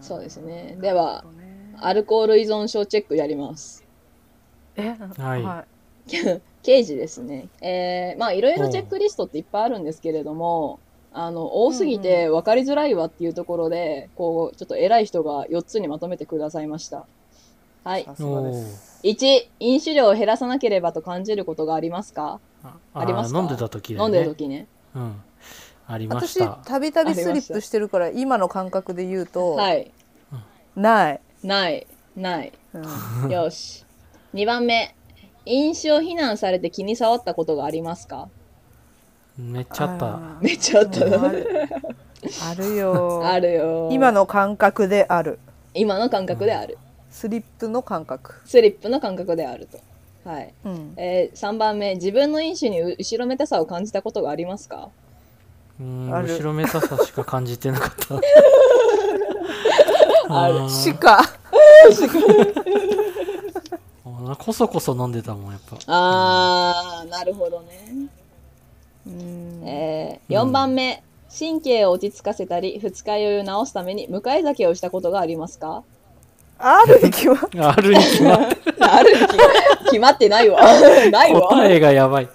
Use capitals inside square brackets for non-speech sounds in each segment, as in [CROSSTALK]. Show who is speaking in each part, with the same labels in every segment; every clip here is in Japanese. Speaker 1: そうですね。では、
Speaker 2: ね
Speaker 1: アルコール依存症チェックやります。
Speaker 2: え、
Speaker 3: はい
Speaker 1: 刑事ですね。えー、まあいろいろチェックリストっていっぱいあるんですけれども、あの、多すぎて分かりづらいわっていうところで、こう、ちょっと偉い人が4つにまとめてくださいました。はい。
Speaker 2: さすがです。
Speaker 1: 1、飲酒量を減らさなければと感じることがありますか
Speaker 3: あ
Speaker 1: ありますか
Speaker 3: 飲んでた時だ
Speaker 1: 飲ん
Speaker 3: よね
Speaker 1: でる時ね。
Speaker 3: うんありまし
Speaker 2: 私
Speaker 3: た
Speaker 2: たびたびスリップしてるから今の感覚で言うと、
Speaker 1: はい。
Speaker 2: ない、
Speaker 1: ない。ない。
Speaker 2: うん
Speaker 1: よし。2番目。飲酒を非難されて気に障ったことがありますか
Speaker 3: めっ [LAUGHS] ちゃあった
Speaker 2: あー
Speaker 1: めっちゃあった
Speaker 2: うんあ
Speaker 1: な。
Speaker 2: るあるよ
Speaker 1: [LAUGHS] あるよ。
Speaker 2: 今。の感覚である
Speaker 1: 今の感覚である。
Speaker 2: スリップの感覚、
Speaker 1: スリップの感覚であると。はい。
Speaker 2: うん、
Speaker 1: えー、3番目。自分の飲酒にう後ろめたさを感じたことがありますか
Speaker 3: うん
Speaker 2: ある
Speaker 3: 後ろめたさしか感じてなかった
Speaker 1: [LAUGHS] ある
Speaker 3: ー
Speaker 2: しか
Speaker 3: あこそこそ飲んでたもんやっぱ
Speaker 1: あー、なるほどね。えー、4番目。神経を落ち着かせたり、二日酔いを直すために、向かい酒をしたことがあります [LAUGHS] か
Speaker 2: あるに決まっ
Speaker 3: あるに決まって
Speaker 1: あるに決決まってないわ。 [LAUGHS] ないわ。
Speaker 3: 答えがや
Speaker 1: [LAUGHS]
Speaker 3: ばい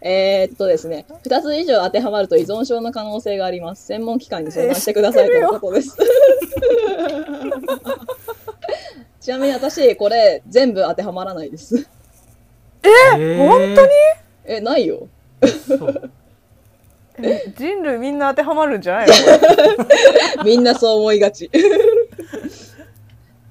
Speaker 1: えー、っとですね、2つ以上当てはまると依存症の可能性があります。専門機関に相談してくださいということです。 [LAUGHS] ちなみに私、これ全部当てはまらないです。
Speaker 3: え
Speaker 2: 本
Speaker 1: え、ないよ。
Speaker 3: 当に
Speaker 2: 人類みんな当てはまるんじゃないのこれ
Speaker 1: みんなそう思いがち。 [LAUGHS]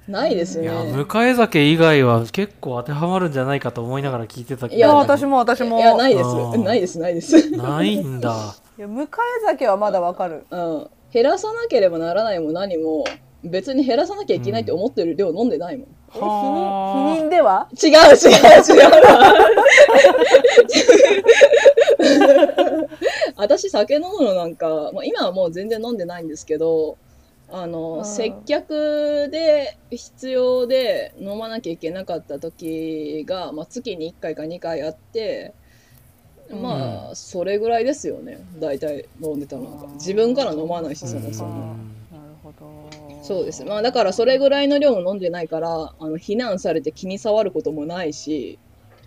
Speaker 1: ないです
Speaker 3: い
Speaker 1: ね。
Speaker 3: や迎え酒以外は結構当てはまるんじゃないかと思いながら聞いてたけど
Speaker 1: い
Speaker 2: い
Speaker 1: や
Speaker 2: や私も私も
Speaker 1: いや、ないです
Speaker 3: あ。ー
Speaker 1: ないです、ないです。う
Speaker 3: ないんだ
Speaker 2: いや迎え酒はまだわかる
Speaker 1: ん。減らさなければならないも何も、別に減らさなきゃいけないって思ってる量飲んでないもん。
Speaker 2: え否
Speaker 3: は
Speaker 2: 認
Speaker 3: ー
Speaker 2: 否認では
Speaker 1: 違う違う違う私酒飲むのなんか、まあ、今はもう全然飲んでないんですけどあの、
Speaker 2: うん
Speaker 1: 接客で必要で飲まなきゃいけなかった時が、まあ、月に1回か2回あってまあ、それぐらいですよね大体飲んでたのなんか自分から飲まないしそもそも。
Speaker 3: うん
Speaker 2: なるほど
Speaker 1: そうです。まあだからそれぐらいの量を飲んでないから、あの避難されて気に障ることもないし、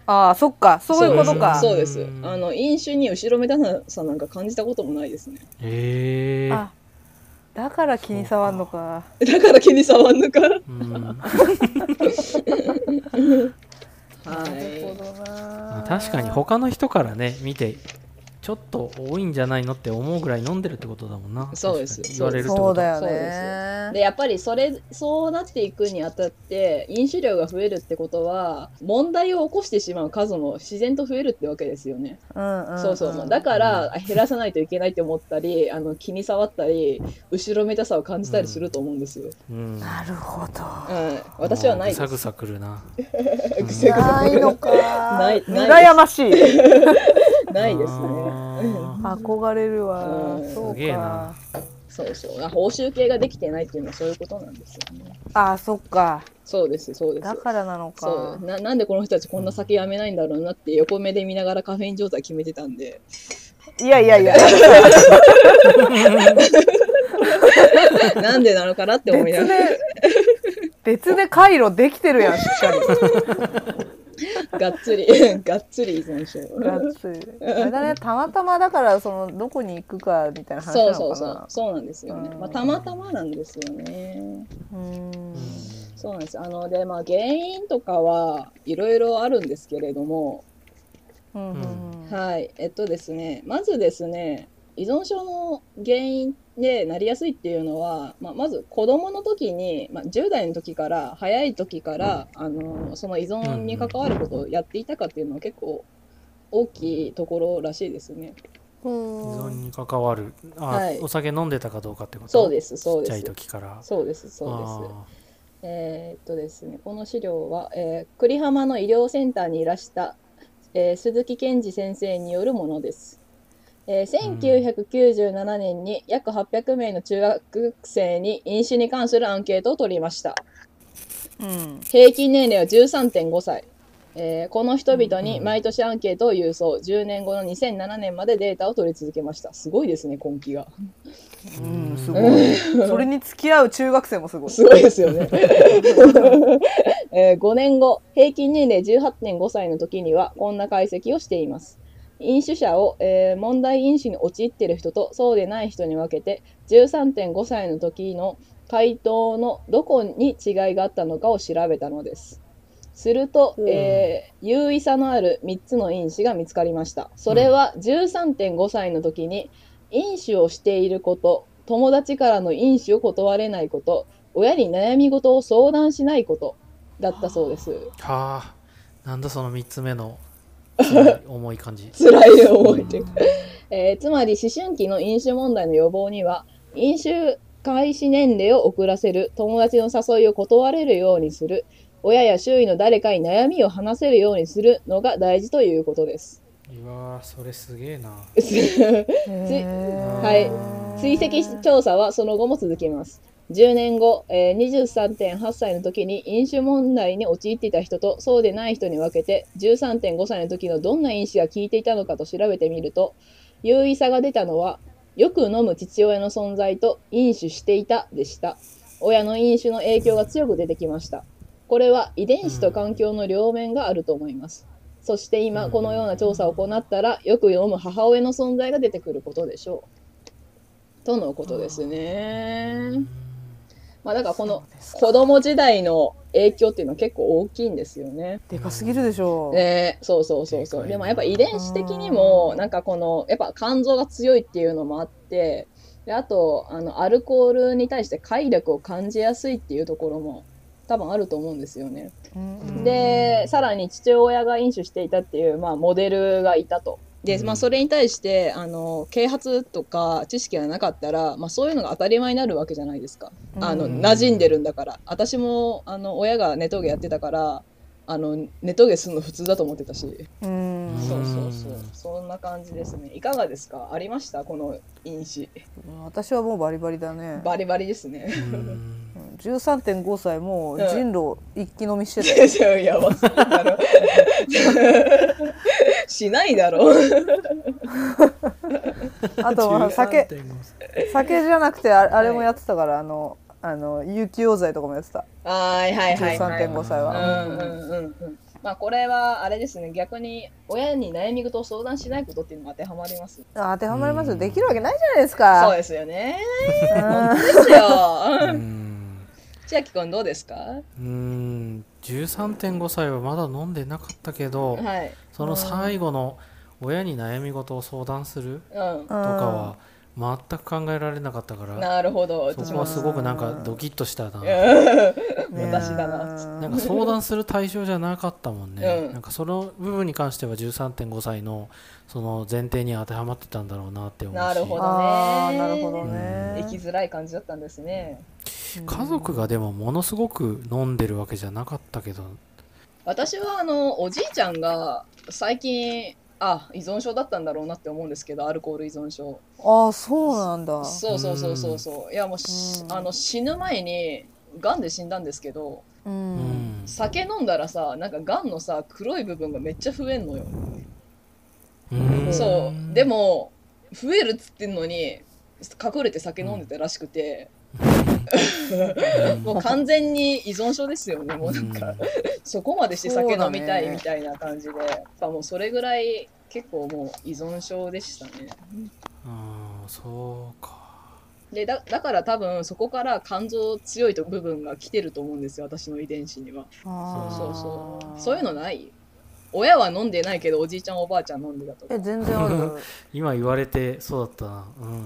Speaker 2: ああそっかそういうことか
Speaker 1: そうです。
Speaker 3: うん
Speaker 1: あの飲酒に後ろめたさなんか感じたこともないですね。 [LAUGHS]
Speaker 3: ええ
Speaker 2: あだから気に障るのか
Speaker 1: だから気に障んのか。は
Speaker 3: うん
Speaker 2: なる
Speaker 1: い。
Speaker 2: ほど
Speaker 3: まあ
Speaker 2: な
Speaker 3: 確かに他の人からね見てちょっと多いんじゃないのって思うぐらい飲んでるってことだもんな
Speaker 1: そうです
Speaker 3: 確かに言われるってこ
Speaker 2: そう
Speaker 3: と
Speaker 2: だよ
Speaker 1: そうで
Speaker 2: ね
Speaker 1: やっぱりそれそうなっていくにあたって飲酒量が増えるってことは問題を起こしてしまう数も自然と増えるってわけですよね。
Speaker 2: うんうん
Speaker 1: そうそう、まあだから減らさないといけないって思ったりあの気に障ったり後ろめたさを感じたりすると思うんですよ、
Speaker 3: うん
Speaker 2: なるほど
Speaker 1: うん私はないです [LAUGHS]
Speaker 3: もうぐさぐさくるな
Speaker 1: ぐさぐさ
Speaker 2: ないのか
Speaker 1: [LAUGHS] ないない
Speaker 2: 羨ま
Speaker 1: [LAUGHS]
Speaker 2: しい
Speaker 1: ないですね
Speaker 3: あー
Speaker 2: 憧れるわ
Speaker 1: うん
Speaker 2: そう
Speaker 3: すげえな
Speaker 2: か
Speaker 1: そうそうあ報酬系ができてないっていうのはそういうことなんですよね
Speaker 2: ああそっか
Speaker 1: そうですそうです
Speaker 2: だからなの
Speaker 1: そ
Speaker 2: か
Speaker 1: うななんでこの人たちこんな酒やめないんだろうなって横目で見ながらカフェイン状態決めてた
Speaker 2: [LAUGHS]
Speaker 1: んで
Speaker 2: いやい
Speaker 1: [LAUGHS]
Speaker 2: やいや
Speaker 1: なんでなのかなって思いな
Speaker 2: 別
Speaker 1: がら
Speaker 2: で別で回路できてるやんしっかり
Speaker 1: がっつり [LAUGHS] がっつり依存症
Speaker 2: がっつりあれだねたまたまだからそのどこに行くかみたいな話な
Speaker 1: そ
Speaker 2: の
Speaker 1: う
Speaker 2: かな
Speaker 1: そうそうそうなんですよね、
Speaker 2: うん
Speaker 1: まあ、たまたまなんですよね
Speaker 2: うーん
Speaker 1: そうなんです。あの、で、まあ、原因とかはいろいろあるんですけれども、
Speaker 2: うんうんうん
Speaker 1: はい。えっとですね、まずですね、依存症の原因でなりやすいっていうのは、まあ、まず子供の時に、まあ、10代の時から、早い時から、あの、その依存に関わることをやっていたかっていうのは結構大きいところらしいですね。
Speaker 3: 依存に関わるあ、
Speaker 1: はい
Speaker 3: お酒飲んでたかどうかってこと
Speaker 1: そうです、そう
Speaker 3: ちっち
Speaker 1: で
Speaker 3: ゃい
Speaker 1: す。
Speaker 3: 時から
Speaker 1: そうです、そうです。えーっとですね、この資料は、えー、栗浜の医療センターにいらした、えー鈴木健二先生によるものです。えー1997年に約800名の中学生に飲酒に関するアンケートを取りました。
Speaker 2: うん
Speaker 1: 平均年齢は13.5歳。えーこの人々に毎年アンケートを郵送、10年後の2007年までデータを取り続けました。すごいですね、根気が。
Speaker 3: あ
Speaker 2: うんすごいそれに付き合う中学生もすごい
Speaker 1: すごいですよね。 [LAUGHS] えー5年後、平均年齢18.5歳の時にはこんな解析をしています。飲酒者を、えー問題飲酒に陥っている人とそうでない人に分けて13.5歳の時の回答のどこに違いがあったのかを調べたのです。すると、
Speaker 2: うん
Speaker 1: えー有意差のある3つの因子が見つかりました。それは13.5歳の時に飲酒をしていること、友達からの飲酒を断れないこと、親に悩み事を相談しないことだったそうです。
Speaker 3: はあなんだその3つ目の辛い重い感じ
Speaker 1: [LAUGHS] 辛い思いっていうか、 [LAUGHS] えーつまり思春期の飲酒問題の予防には飲酒開始年齢を遅らせる友達の誘いを断れるようにする親や周囲の誰かに悩みを話せるようにするのが大事ということ [LAUGHS] です。
Speaker 3: うわーそれすげえな
Speaker 1: はい追跡調査はその後も続きます。10年後、えー23.8歳の時に飲酒問題に陥っていた人とそうでない人に分けて13.5歳の時のどんな飲酒が効いていたのかと調べてみると有意差が出たのはよく飲む父親の存在と飲酒していたでした親の飲酒の影響が強く出てきましたこれは遺伝子と環境の両面があると思いますそして今このような調査を行ったらよく飲む母親の存在が出てくることでしょうとのことですねまあだからこの子供時代の影響っていうのは結構大きいんですよね。
Speaker 2: でかすぎるでしょう、
Speaker 1: ねそうそうそうそう。でもやっぱ遺伝子的にもなんかこのやっぱ肝臓が強いっていうのもあってであとあのアルコールに対して快楽を感じやすいっていうところも多分あると思うんですよね。
Speaker 2: うん
Speaker 1: でさらに父親が飲酒していたっていう、まあ、モデルがいたと。でまあ、それに対してあの啓発とか知識がなかったら、まあ、そういうのが当たり前になるわけじゃないですかあの
Speaker 3: うん
Speaker 1: 馴染んでるんだから私もあの親がネトゲやってたからあのネトゲするの普通だと思ってたし、
Speaker 2: うん
Speaker 1: そうそうそう
Speaker 3: うん
Speaker 1: そんな感じですねいかがですかありましたこの飲酒
Speaker 2: 私はもうバリバリだね
Speaker 1: バリバリですね [LAUGHS]
Speaker 3: うん
Speaker 2: うん13.5歳もう人狼一気飲みしてた、
Speaker 1: いやいやばそうだ [LAUGHS] ろしないだろ
Speaker 2: あとは酒
Speaker 3: 13.5
Speaker 2: 酒じゃなくてああれもやってたから、あのあの有機溶剤とかもやってた
Speaker 1: はいはいはいはい
Speaker 2: 13.5歳
Speaker 1: う
Speaker 2: は、
Speaker 1: んうんうんうんまあこれはあれですね逆に親に悩み事を相談しないことっていうのが当てはまります
Speaker 2: あ当てはまりますよ
Speaker 3: うん
Speaker 2: できるわけないじゃないです
Speaker 1: そう
Speaker 2: か
Speaker 1: ですよね
Speaker 2: うん
Speaker 1: ですよ
Speaker 3: うん
Speaker 1: 千秋君どうですか
Speaker 3: うーん13.5歳はまだ飲んでなかったけど、
Speaker 1: はい
Speaker 3: その最後の親に悩み事を相談する
Speaker 1: うん
Speaker 3: とかは全く考えられなかったから、
Speaker 1: なるほど
Speaker 3: そ
Speaker 1: 私
Speaker 3: こ
Speaker 1: も
Speaker 3: はすごくなんかドキッとしたな、
Speaker 2: ね
Speaker 1: 私だな
Speaker 3: なんか相談する対象じゃなかったもんね、
Speaker 1: うん
Speaker 3: なんかその部分に関しては13.5歳のその前提に当てはまってたんだろうなって思うし
Speaker 1: なるほど
Speaker 2: あー
Speaker 1: ね
Speaker 2: なるほど
Speaker 1: 生き
Speaker 2: ね、
Speaker 1: づらい感じだったんですね
Speaker 3: 家族がでもものすごく飲んでるわけじゃなかったけど
Speaker 1: 私はあのおじいちゃんが最近あ依存症だったんだろうなって思うんですけどアルコール依存症
Speaker 2: ああそうなんだ
Speaker 1: そうそうそうそうそういやもうし
Speaker 2: うん
Speaker 1: あの死ぬ前にがんで死んだんですけど
Speaker 2: う
Speaker 3: うんん
Speaker 1: 酒飲んだらさなんかがんのさ黒い部分がめっちゃ増えんのよ
Speaker 3: うん
Speaker 1: そうでも増えるっつってんのに隠れて酒飲んでたらしくて、
Speaker 3: うん
Speaker 1: もう完全に依存症ですよねもうなんか、そこまでして酒飲みたいみたいな感じで、やっぱもうそれぐらい結構もう依存症でしたね。
Speaker 3: ああそうか
Speaker 1: でだだから多分そこから肝臓強いと部分が来てると思うんですよ私の遺伝子には
Speaker 2: あー
Speaker 1: そうそうそういうのない親は飲んでないけどおじいちゃんおばあちゃん飲んでたとか
Speaker 2: え全然
Speaker 3: [LAUGHS]
Speaker 2: ある
Speaker 3: 今言われてそうだったな、うん、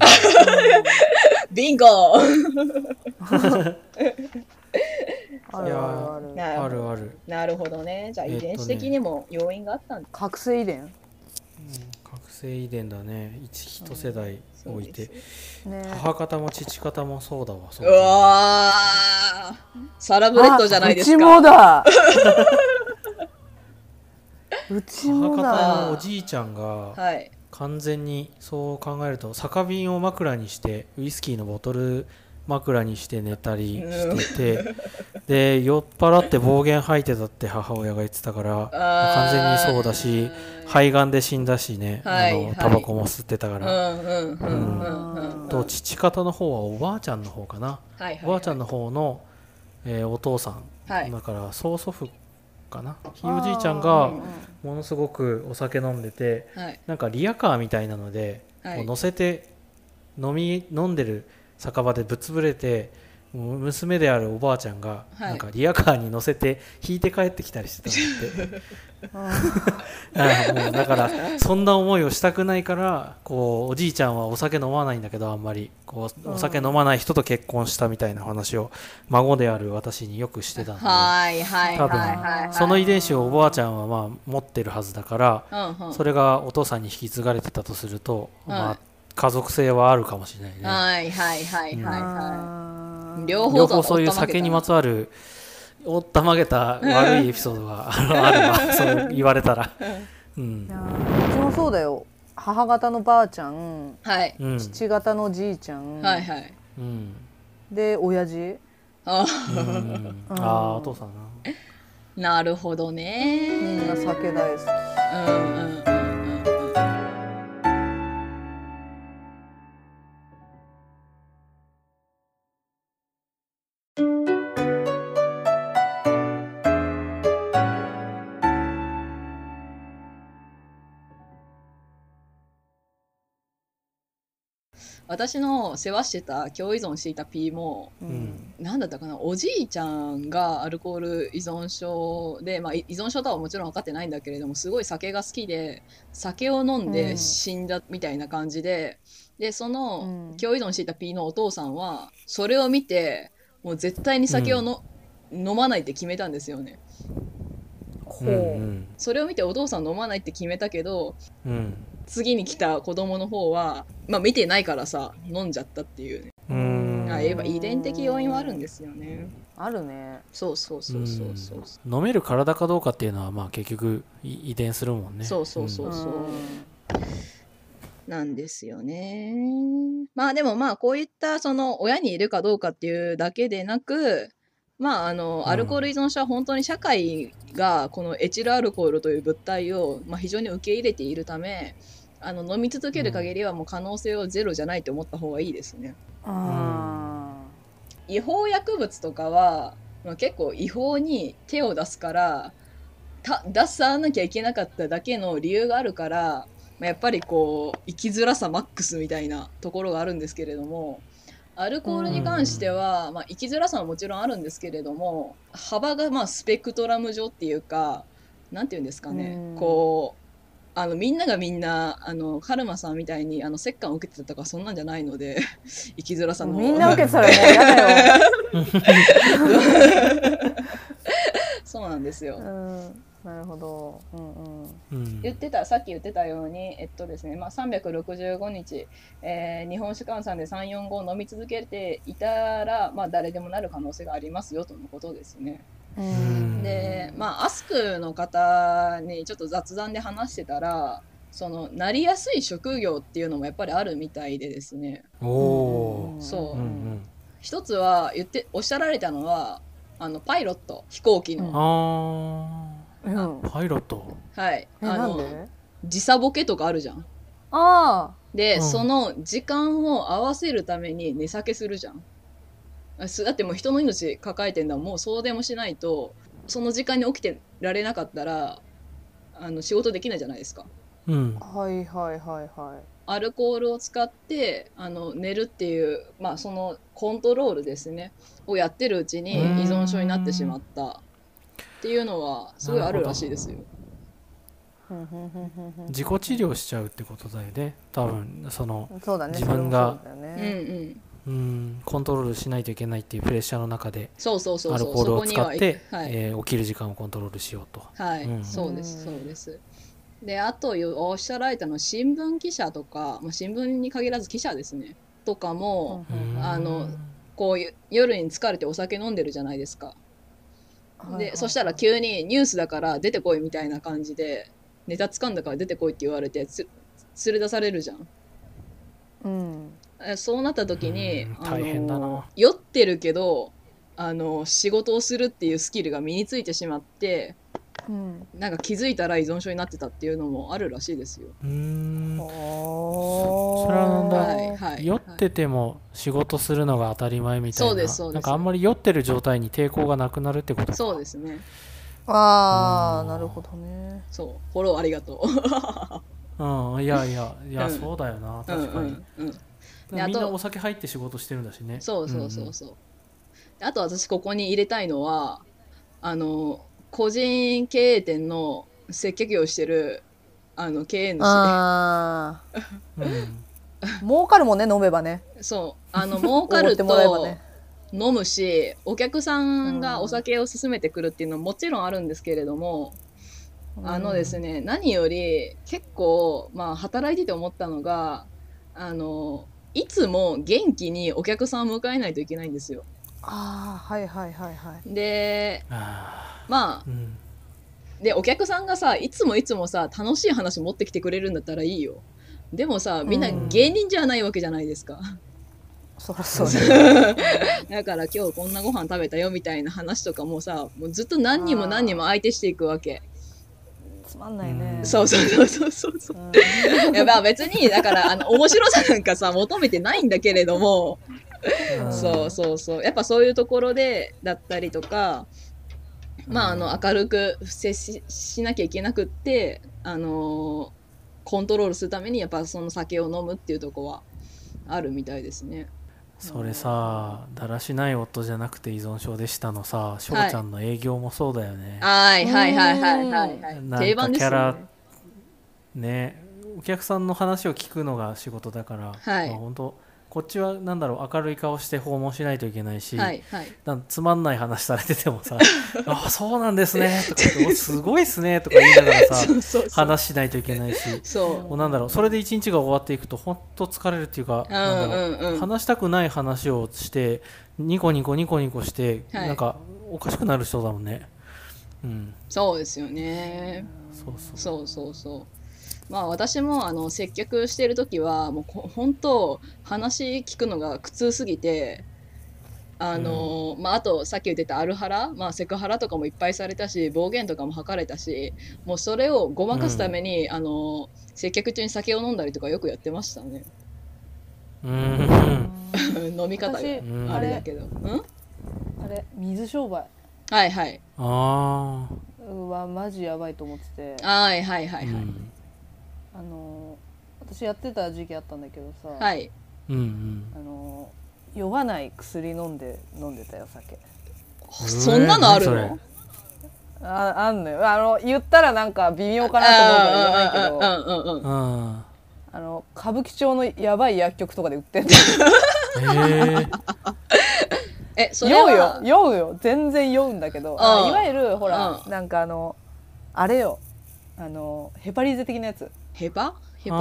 Speaker 1: ビンゴ
Speaker 2: あるあるある
Speaker 1: な
Speaker 3: あ
Speaker 1: るほ
Speaker 3: る
Speaker 1: ど
Speaker 3: ある
Speaker 1: なるほどねじゃあ
Speaker 3: えっ
Speaker 1: 遺
Speaker 3: とね
Speaker 1: 伝子的にも要因があったんだ、
Speaker 2: 覚醒遺伝
Speaker 3: 覚醒遺伝だね一一世代
Speaker 1: そう
Speaker 3: 置い
Speaker 1: です
Speaker 3: て、
Speaker 2: ね
Speaker 3: 母方も父方もそうだわそううだわ
Speaker 1: わーサラブレッドじゃないです
Speaker 3: [LAUGHS]
Speaker 2: あうちも
Speaker 1: か [LAUGHS]
Speaker 2: だうち
Speaker 3: 母
Speaker 2: もだ
Speaker 3: 方のおじいちゃんが
Speaker 1: はい
Speaker 3: 完全にそう考えると酒瓶を枕にしてウイスキーのボトル枕にして寝たりしてて、で酔っ払って暴言吐いてたって母親が言ってたか
Speaker 1: あー
Speaker 3: ら完全にそうだし肺がんで死んだしね、
Speaker 1: はい
Speaker 3: あ
Speaker 1: は
Speaker 3: の
Speaker 1: い
Speaker 3: タバコも吸ってたか
Speaker 1: う
Speaker 3: ら、
Speaker 1: んうんうんうんうんうん
Speaker 3: と父方の方はおばあちゃんの方かな、
Speaker 1: はいはい
Speaker 3: おばあちゃんの方の、えーお父さん、
Speaker 1: はい
Speaker 3: だから曽祖父かなひいおじいちゃんが
Speaker 1: うん
Speaker 3: ものすごくお酒飲んでて
Speaker 1: はい
Speaker 3: なんかリヤカーみたいなので、
Speaker 1: はい
Speaker 3: こう乗せて飲み飲んでる酒場でぶっ潰れてもう娘であるおばあちゃんが、
Speaker 1: はい
Speaker 3: なんかリヤカーに乗せて引いて帰ってきたりして
Speaker 1: [LAUGHS]
Speaker 3: たんだって [LAUGHS] ああもうだからそんな思いをしたくないからこうおじいちゃんはお酒飲まないんだけどあんまりこうお酒飲まない人と結婚したみたいな話を孫である私によくしてたんで
Speaker 1: はいはい
Speaker 3: 多
Speaker 1: はいはいはい
Speaker 3: 分その遺伝子をおばあちゃんはまあ持ってるはずだから
Speaker 1: うんうん
Speaker 3: それがお父さんに引き継がれてたとすると、ま
Speaker 1: は
Speaker 3: あ
Speaker 1: い、
Speaker 3: 家族性はあるかもしれないね
Speaker 1: はいはいはいはいは
Speaker 2: あ
Speaker 1: い
Speaker 2: ー
Speaker 1: 両
Speaker 3: 両
Speaker 1: 方
Speaker 3: 方そういう酒にまつわるおったまげた悪いエピソードがあ
Speaker 1: [LAUGHS]
Speaker 3: のあればそう言われたら、うん
Speaker 2: いやーうちもそうだよ母方のばあちゃん
Speaker 1: はい
Speaker 3: うん
Speaker 2: 父方のじいちゃん、
Speaker 1: はいはい
Speaker 3: うん
Speaker 2: で親父
Speaker 1: [LAUGHS] あ
Speaker 3: うん、ああお父さんな
Speaker 1: なるほど
Speaker 2: みん
Speaker 1: ね
Speaker 2: な酒大好き
Speaker 1: うんうんうんうんうん私の世話してた共依存していた P も
Speaker 2: う
Speaker 3: うんん
Speaker 1: なんだったかなおじいちゃんがアルコール依存症で、まあ、い依存症とはもちろん分かってないんだけれどもすごい酒が好きで酒を飲ん
Speaker 2: う
Speaker 1: で
Speaker 2: ん
Speaker 1: 死んだみたいな感じで、でその、
Speaker 2: うん
Speaker 1: 共依存していた P のお父さんはそれを見てもう絶対に酒をの、飲まないって決めたんですよね。
Speaker 2: ほ
Speaker 3: う
Speaker 2: うん
Speaker 3: うん
Speaker 1: それを見てお父さん飲まないって決めたけど
Speaker 3: うん
Speaker 1: 次に来た子供の方は、まあ、見てないからさ飲んじゃったっていう、ね
Speaker 3: うん
Speaker 1: あやっぱ遺伝的要因はあるんですよね。
Speaker 2: あるね
Speaker 1: そうそうそうそうそうそう。
Speaker 3: うん飲める体かどうかっていうのはまあ結局い遺伝するもんね
Speaker 1: そうそうそうそうんなんですよね。まあでもまあこういったその親にいるかどうかっていうだけでなく、まああの
Speaker 3: うん
Speaker 1: アルコール依存症は本当に社会がこのエチルアルコールという物体をまあ非常に受け入れているため、あの飲み続ける限りはもう可能性をゼロじゃないと思った方がいいですね。
Speaker 2: あ
Speaker 1: 違法薬物とかは、まあ、結構違法に手を出すからた出さなきゃいけなかっただけの理由があるから、まあ、やっぱりこう生きづらさマックスみたいなところがあるんですけれどもアルコールに関しては、まあ、生きづらさはもちろんあるんですけれども幅がまあスペクトラム上っていうかなんていうんですかね、
Speaker 2: うん
Speaker 1: こうあのみんながみんなあのカルマさんみたいにあの折感を受けてたとかそんなんじゃないので [LAUGHS] 生きづら
Speaker 2: ー
Speaker 1: さの
Speaker 2: みんな受けてたらもう嫌だよ、
Speaker 1: そうなんですよ。
Speaker 2: うん、なるほどうんうん
Speaker 3: うん
Speaker 1: 言ってたさっき言ってたように、えっとですねまあ、365日、えー日本酒換算で345を飲み続けていたら、まあ、誰でもなる可能性がありますよとのことですね。
Speaker 2: う
Speaker 3: うんん
Speaker 1: で、まあ、アスクの方にちょっと雑談で話してたらそのなりやすい職業っていうのもやっぱりあるみたいでですね
Speaker 3: おお
Speaker 2: ん
Speaker 1: そう
Speaker 3: ー、うん
Speaker 1: 一つは言っておっしゃられたのはあのパイロット飛行機
Speaker 3: う
Speaker 1: の、
Speaker 3: ん、あ
Speaker 2: うんうん
Speaker 3: あパイロット
Speaker 1: はい
Speaker 2: え
Speaker 1: あ
Speaker 2: なん
Speaker 1: の
Speaker 2: で
Speaker 1: 時差ボケとかあるじゃん。
Speaker 2: あ
Speaker 1: で、
Speaker 3: うん
Speaker 1: その時間を合わせるために値下げするじゃんあすだってもう人の命抱えてんだもんもう送電もしないとその時間に起きてられなかったらあの仕事できないじゃないですか
Speaker 3: うん
Speaker 2: あはいはいはいはい
Speaker 1: アルコールを使ってあの寝るっていう、まあ、そのコントロールですねをやってるうちに依存症になってしまったっていうのはすごいあるらしいですよ。
Speaker 2: ふんふんふんふんふん
Speaker 3: 自己治療しちゃうってことだよね多分その
Speaker 2: そうだね
Speaker 3: 自分が
Speaker 2: それもそうだよ
Speaker 1: うんう
Speaker 2: ね
Speaker 1: ん、
Speaker 3: うんコントロールしないといけないっていうプレッシャーの中で
Speaker 1: そうそうそう
Speaker 3: アル
Speaker 1: そう
Speaker 3: コール
Speaker 1: そ
Speaker 3: を
Speaker 1: こに
Speaker 3: 使
Speaker 1: は
Speaker 3: っ
Speaker 1: い
Speaker 3: て、
Speaker 1: はい
Speaker 3: えー起きる時間をコントロールしようと。
Speaker 1: はい、
Speaker 3: うん
Speaker 1: そうです、
Speaker 2: う
Speaker 1: そ
Speaker 2: ん
Speaker 1: うです。で、あとよおっしゃられたのは新聞記者とか、まあ、新聞に限らず記者ですね、とかも、
Speaker 3: うん
Speaker 1: あのこういう夜に疲れてお酒飲んでるじゃないですか。で、そしたら急にニュースだから出てこいみたいな感じで、ネタ掴んだから出てこいって言われて、つ連れ出されるじゃん。
Speaker 2: うん
Speaker 1: えそうなった時に
Speaker 3: うん、
Speaker 1: あの
Speaker 3: 大変だな
Speaker 1: 酔ってるけどあの仕事をするっていうスキルが身についてしまって
Speaker 2: うん。
Speaker 1: なんか気づいたら依存症になってたっていうのもあるらしいですよ。
Speaker 3: うーん
Speaker 2: おー
Speaker 3: それはなんだ
Speaker 1: はいはい。
Speaker 3: 酔ってても仕事するのが当たり前みたいな
Speaker 1: そうですそうです
Speaker 3: なんかあんまり酔ってる状態に抵抗がなくなるってことか
Speaker 1: そうですね。
Speaker 2: あ
Speaker 3: う
Speaker 2: あ、
Speaker 3: ん
Speaker 2: なるほどね。
Speaker 1: そう。フォローありがとう。
Speaker 3: うんいやいやいや、
Speaker 1: うん
Speaker 3: そうだよな
Speaker 1: うん
Speaker 3: 確か
Speaker 1: う
Speaker 3: に、
Speaker 1: んうん。であと
Speaker 3: みんなお酒入って仕事してるんだしね
Speaker 1: そうそうそうそう。あと私ここに入れたいのは、あの、個人経営店の接客業をしてる、あの、経営主。
Speaker 2: あ
Speaker 3: うんうん、うん
Speaker 2: あ、儲かるもんね、飲めばね。
Speaker 1: そう。あの、儲か
Speaker 2: 奢
Speaker 1: る
Speaker 2: [LAUGHS] ってもらえば
Speaker 1: と
Speaker 2: ね。
Speaker 1: 飲むし、お客さんが
Speaker 2: うん
Speaker 1: お酒を勧めてくるっていうのはもちろんあるんですけれども、あのです
Speaker 2: ね。
Speaker 1: ね、何より結構、まあ、働いてて思ったのが、あの、いつも元気にお客さんを迎えないといけないんですよ。
Speaker 2: ああ、はいはいはいはい。
Speaker 1: で、
Speaker 3: あ
Speaker 1: まあ
Speaker 3: ー、うん
Speaker 1: で、お客さんがさ、いつもいつもさ、楽しい話持ってきてくれるんだったらいいよ。でもさ、みんな
Speaker 2: うん
Speaker 1: 芸人じゃないわけじゃないですか。 [LAUGHS]
Speaker 2: そらそうね。
Speaker 1: だから今日こんなご飯食べたよみたいな話とかもさ、もうずっと何人も何人も相手していくわけ。
Speaker 2: つまんないね。
Speaker 1: そうそうそうそうそうそう。
Speaker 2: うん。
Speaker 1: いやまあ別にだからあの面白さなんかさ求めてないんだけれども、
Speaker 2: うん
Speaker 1: そうそうそうやっぱそういうところでだったりとかまああ
Speaker 3: う
Speaker 1: の
Speaker 3: ん
Speaker 1: 明るく接ししなきゃいけなくってあのーコントロールするためにやっぱその酒を飲むっていうとこはあるみたいですね。
Speaker 3: それさだらしない夫じゃなくて依存症でしたのさ翔ちゃんの営業もそうだよね、
Speaker 1: はいはいはいはいはい、は
Speaker 3: う
Speaker 1: い
Speaker 3: ん、なんか
Speaker 1: 定番ですよ
Speaker 3: キャラ
Speaker 1: ね。
Speaker 3: ねお客さんの話を聞くのが仕事だから、
Speaker 1: はい
Speaker 3: まあ本当こっちはなんだろう明るい顔して訪問しないといけないし、
Speaker 1: はいはい
Speaker 3: なんつまんない話されててもさ [LAUGHS] 「ああそうなんですね」とか言ってお「すごいっすね」とか言いながら
Speaker 1: [LAUGHS] [LAUGHS]
Speaker 3: さ
Speaker 1: そうそうそう
Speaker 3: 話しないといけないし
Speaker 1: そ
Speaker 3: もうなんだろうそれで一日が終わっていくと本当疲れるっていうか、
Speaker 1: うう
Speaker 3: なん
Speaker 1: ん
Speaker 3: だろう
Speaker 1: うんうん
Speaker 3: 話したくない話をしてニコニコニコニコして、
Speaker 1: はい
Speaker 3: なんかおかしくなる人だもんねうん
Speaker 1: そうですよね。
Speaker 3: そうそう
Speaker 1: そうそうそう。まあ私もあの接客してる時はもうこ本当話聞くのが苦痛すぎて。あのまあ、あとさっき言ってたアルハラ、まあ、セクハラとかもいっぱいされたし暴言とかも吐かれたしもうそれをごまかすために、あの接客中に酒を飲んだりとかよくやってましたね [LAUGHS]
Speaker 3: うんうん
Speaker 1: 飲み方が
Speaker 2: 私
Speaker 3: うん
Speaker 1: あれだけどうん
Speaker 2: あれ、水商売。
Speaker 1: はいはいう
Speaker 3: あ
Speaker 2: うわ、マジやばいと思ってて。
Speaker 1: はいはいは
Speaker 3: あ
Speaker 1: い
Speaker 3: うん
Speaker 1: は
Speaker 3: う
Speaker 1: い、
Speaker 3: ん
Speaker 2: あのー、私やってた時期あったんだけどさ。
Speaker 1: はい
Speaker 3: うん
Speaker 2: あのー、酔わない薬飲んで、飲んでたよ、酒。
Speaker 1: そんなのある
Speaker 3: えー何
Speaker 1: の
Speaker 2: ああんのよあの言ったらなんか微妙かなと思うから言わないけどあ
Speaker 1: あーうんうんうんうん
Speaker 3: うん
Speaker 2: の歌舞伎町のやばい薬局とかで売ってん
Speaker 3: えー
Speaker 1: え [LAUGHS] そ
Speaker 2: の
Speaker 1: れは
Speaker 2: 酔うよ酔うよ全然酔うんだけどあ
Speaker 1: うん
Speaker 2: いわゆるほら
Speaker 1: うん
Speaker 2: なんかあのあれよあのヘパリーゼ的なやつ
Speaker 1: ヘパヘパ
Speaker 3: あ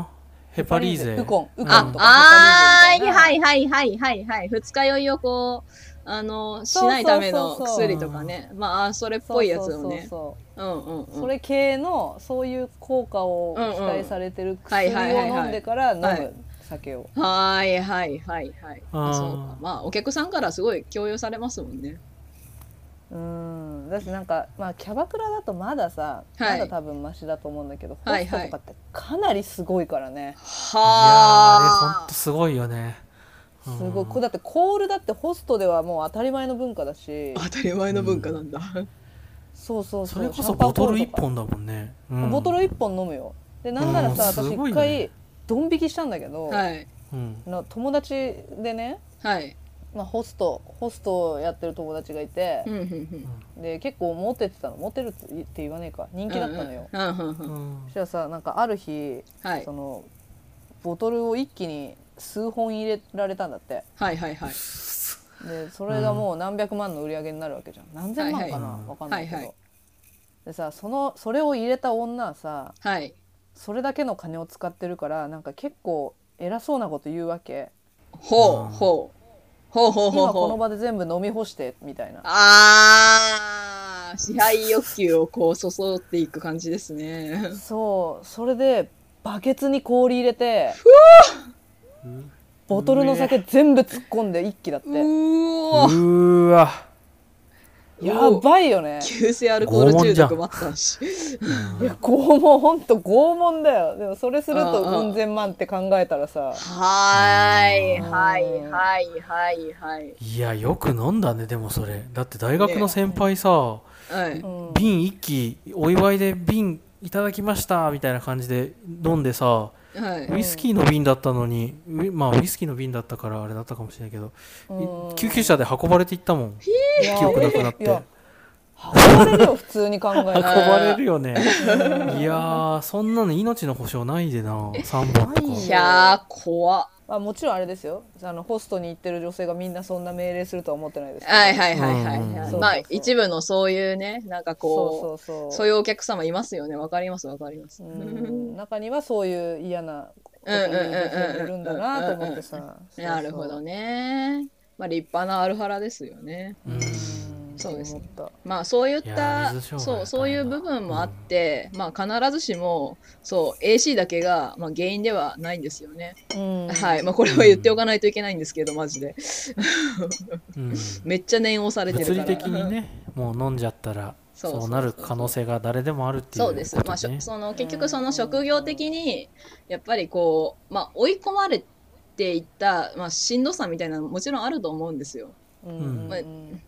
Speaker 3: ーヘパリーゼ
Speaker 2: ウコンウコンと
Speaker 1: あ
Speaker 2: か、
Speaker 1: あ
Speaker 2: ヘパリーゼみた
Speaker 1: ー
Speaker 2: いな
Speaker 1: はいはいはいはいはい。二日酔いをこう、あの、しないため
Speaker 2: そ
Speaker 1: の
Speaker 2: うそうそうそう
Speaker 1: 薬とかね。まああー、それっぽいやつをね。
Speaker 2: そうそうそう
Speaker 1: うんうんうん。
Speaker 2: それ系のそういう効果を期待されてる薬
Speaker 1: うんうんはい
Speaker 2: を
Speaker 1: はいはいはい
Speaker 2: 飲んでから飲
Speaker 1: は
Speaker 2: む
Speaker 1: い
Speaker 2: 酒を
Speaker 1: はーいはいはいはい。
Speaker 3: あ
Speaker 1: あ
Speaker 3: ー
Speaker 1: そうか。まあ、お客さんからすごい強要されますもんね。
Speaker 2: うんだしなんか、まあ、キャバクラだとまださ、
Speaker 1: はい
Speaker 2: まだ多分マシだと思うんだけど、
Speaker 1: はい
Speaker 2: ホストとかってかなりすごいからね
Speaker 3: いやーあれほ
Speaker 1: は
Speaker 3: んとすごいよね
Speaker 2: すごいこうだってコールだってホストではもう当たり前の文化だし
Speaker 1: あ。当たり前の文化なんだ。
Speaker 2: そうそうそ
Speaker 3: そうれこ
Speaker 2: シャ
Speaker 3: そ
Speaker 2: ンパンコ
Speaker 3: ボト
Speaker 2: ー
Speaker 3: ル
Speaker 2: ル
Speaker 3: 一
Speaker 2: とか
Speaker 3: 本だもんね、うん
Speaker 2: ボトル一本飲むよでなんならさ、
Speaker 3: うん
Speaker 2: 私
Speaker 3: すごい
Speaker 2: 一
Speaker 3: よね
Speaker 2: 回ドン引きしたんだけど、
Speaker 1: はい。
Speaker 3: うん
Speaker 2: の友達でね、
Speaker 1: はい。
Speaker 2: まあ、ホストホストをやってる友達がいて
Speaker 1: うん、うん、うん。
Speaker 2: で結構モテてたのモテるって言わねえか人気だったのよ、
Speaker 1: うんうんう
Speaker 3: うん
Speaker 1: うん。
Speaker 3: ん
Speaker 2: そしたらさなんかある日
Speaker 1: はい
Speaker 2: そ。のボトルを一気に数本入れられたんだって
Speaker 1: はいはいはい。
Speaker 2: でそれがもう何百万の売り上げになるわけじゃん何千万かな、
Speaker 3: はいはい
Speaker 2: わかんないけど、
Speaker 1: はいはい
Speaker 2: でさそのそれを入れた女はさ
Speaker 1: はい。
Speaker 2: それだけの金を使ってるからなんか結構偉そうなこと言うわけ
Speaker 1: ほ
Speaker 3: うん
Speaker 1: うほう。ほうほうほう
Speaker 2: 今この
Speaker 1: ほう。
Speaker 2: 場で全部飲み干してみたいな
Speaker 1: あー、支配欲求をこう、そそっていく感じですね。
Speaker 2: そうそれでバケツに氷入れて
Speaker 3: うん
Speaker 2: ボトルの酒全部突っ込んで一気だって
Speaker 1: うおー
Speaker 3: うーわ
Speaker 2: やばいよね
Speaker 1: 急性アルコール中毒もあったし
Speaker 2: いや拷問ほんと拷問だよでもそれすると
Speaker 1: うんうん
Speaker 2: 門前万って考えたらさ
Speaker 1: はーいはいはいはいはい
Speaker 3: いやよく飲んだねでもそれだって大学の先輩さ、
Speaker 1: はい
Speaker 2: うん
Speaker 3: 瓶一気お祝いで瓶いただきましたみたいな感じで飲んでさ
Speaker 1: はい
Speaker 3: ウイスキーの瓶だったのにウイまあウイスキーの瓶だったからあれだったかもしれないけど、
Speaker 2: うん
Speaker 3: 救急車で運ばれていったもん
Speaker 2: いや
Speaker 3: 記憶なくなっ
Speaker 2: い
Speaker 3: て
Speaker 2: や運ばれるよ普通に考
Speaker 1: [LAUGHS]
Speaker 2: え
Speaker 3: 運
Speaker 2: たら
Speaker 3: ばれるよねいやーそんなの命の保証ないでな3本とか
Speaker 2: ない
Speaker 1: いやー怖っ
Speaker 2: あもちろんあれですよあのホストに行ってる女性がみんなそんな命令するとは思ってないですけど
Speaker 1: はいはいはいはいはい、
Speaker 2: うん
Speaker 1: まあ
Speaker 2: そうそうそう
Speaker 1: 一部のそういうねなんか
Speaker 2: そ
Speaker 1: こ
Speaker 2: うそう
Speaker 1: うそう
Speaker 2: そう
Speaker 1: いうお客様いますよねわかりますわかります、
Speaker 2: うん中にはそういう嫌なことを言う女性もいるんだなと思ってさ
Speaker 1: なるほどねまあ立派なアルハラですよね
Speaker 3: うん
Speaker 1: そうです
Speaker 2: ね
Speaker 1: まあそういっ
Speaker 3: いや
Speaker 1: た
Speaker 3: ー水商売
Speaker 1: そうそういう部分もあっ
Speaker 3: うん
Speaker 1: て、まあ必ずしもそう AC だけが、まあ、原因ではないんですよね、はい、まあ、これは言っておかないといけないんですけどマジで
Speaker 3: うん
Speaker 1: めっちゃ念をされてる
Speaker 3: 物
Speaker 1: から
Speaker 3: 理的にねもう飲んじゃったら
Speaker 1: そうそう
Speaker 3: そうなる可能性が誰でもあるっていう
Speaker 1: そ
Speaker 3: こ
Speaker 1: う
Speaker 3: と
Speaker 1: で
Speaker 3: ね
Speaker 1: す、まあ、しょその結局その職業的にやっぱりこう、まあ、追い込まれていった、まあ、しんどさみたいなのももちろんあると思うんですよ。
Speaker 2: うん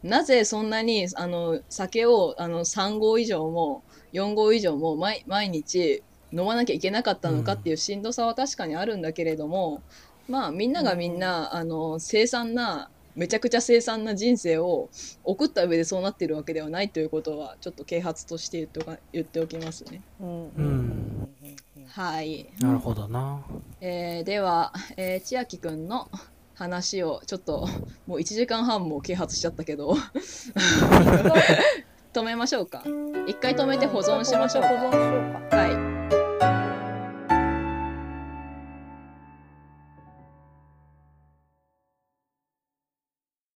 Speaker 1: なぜそんなにあの酒をあの3合以上も4合以上も毎毎日飲まなきゃいけなかったのかっていうしんどさは確かにあるんだけれども、まあみんながみんな、あの凄惨なめちゃくちゃ凄惨な人生を送った上でそうなってるわけではないということはちょっと啓発として言っておか言っておきますね。
Speaker 2: うん
Speaker 3: う
Speaker 2: うん
Speaker 1: [LAUGHS]
Speaker 2: ん
Speaker 1: はい、
Speaker 3: なるほどな
Speaker 1: えーでは、えー千秋くんの話をちょっともう1時間半も啓発しちゃったけど止めましょうか一回止めて保存しましょう
Speaker 2: 保存しようか
Speaker 1: かはい